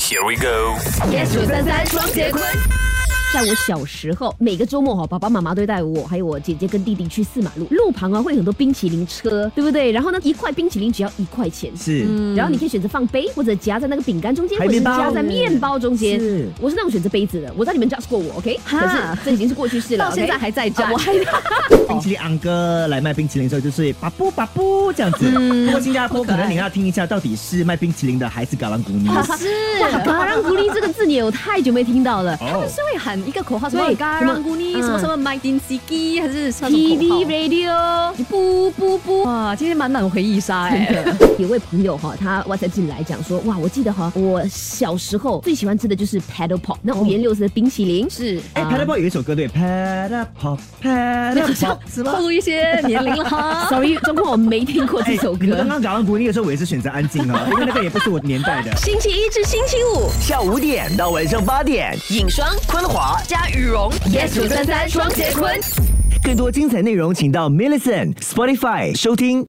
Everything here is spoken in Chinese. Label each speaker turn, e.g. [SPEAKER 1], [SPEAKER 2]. [SPEAKER 1] Here we go。
[SPEAKER 2] yes 九三三双节棍。在我小时候，每个周末哈、爸爸妈妈都会带我还有我姐姐跟弟弟去四马路，路旁啊会有很多冰淇淋车，对不对？然后呢，一块冰淇淋只要一块钱，
[SPEAKER 3] 是，
[SPEAKER 2] 然后你可以选择放杯，或者夹在那个饼干中间，或
[SPEAKER 3] 海
[SPEAKER 2] 者是
[SPEAKER 3] 绵包
[SPEAKER 2] 夹在面包中间
[SPEAKER 3] 是。
[SPEAKER 2] 我是那种选择杯子的，我知道你们 judge 过我，OK？可是这已经是过去式了，
[SPEAKER 4] 到现在
[SPEAKER 2] OK？
[SPEAKER 4] 还在站
[SPEAKER 2] 啊我还
[SPEAKER 3] 冰淇淋昂哥来卖冰淇淋的时候就是巴布巴布这样子。
[SPEAKER 2] 嗯
[SPEAKER 3] 不过新加坡可能你要听一下，到底是卖冰淇淋的还是橄榄哦古尼？
[SPEAKER 4] 是
[SPEAKER 2] 哇，嘎让鼓励这个字眼我太久没听到了。
[SPEAKER 4] 他们是会喊一个口号，什么
[SPEAKER 2] 对
[SPEAKER 4] 嘎
[SPEAKER 2] 什么
[SPEAKER 4] 让咕尼，
[SPEAKER 2] 嗯
[SPEAKER 4] 什么什么 my din s i k i 还是什么
[SPEAKER 2] TV
[SPEAKER 4] 口号？
[SPEAKER 2] Radio。
[SPEAKER 4] 不不不，哇，今天满满回 忆杀哎、
[SPEAKER 2] 有呃位朋友哈，他 WhatsApp 进来讲说，哇，我记得哈，我小时候最喜欢吃的就是 Paddle Pop，那五颜六色的冰淇淋。
[SPEAKER 4] 是。
[SPEAKER 3] 哎
[SPEAKER 2] 啊
[SPEAKER 3] ，Paddle Pop 有一首歌对，Paddle Pop，Paddle Pop 是吗
[SPEAKER 4] 透？露一些年龄了哈，
[SPEAKER 2] Sorry，中国我没听过这首
[SPEAKER 3] 哎你们刚
[SPEAKER 2] 歌。
[SPEAKER 3] 刚橄榄古尼的时候，我也是选择安静 哦，因为那个也不是我年代的。
[SPEAKER 5] 星期一至星期五，
[SPEAKER 6] 下午五点到晚上八点，
[SPEAKER 5] 影双、昆华加羽绒。
[SPEAKER 2] Yes 九三三双节棍。
[SPEAKER 6] 更多精彩内容请到 Millison Spotify 收听。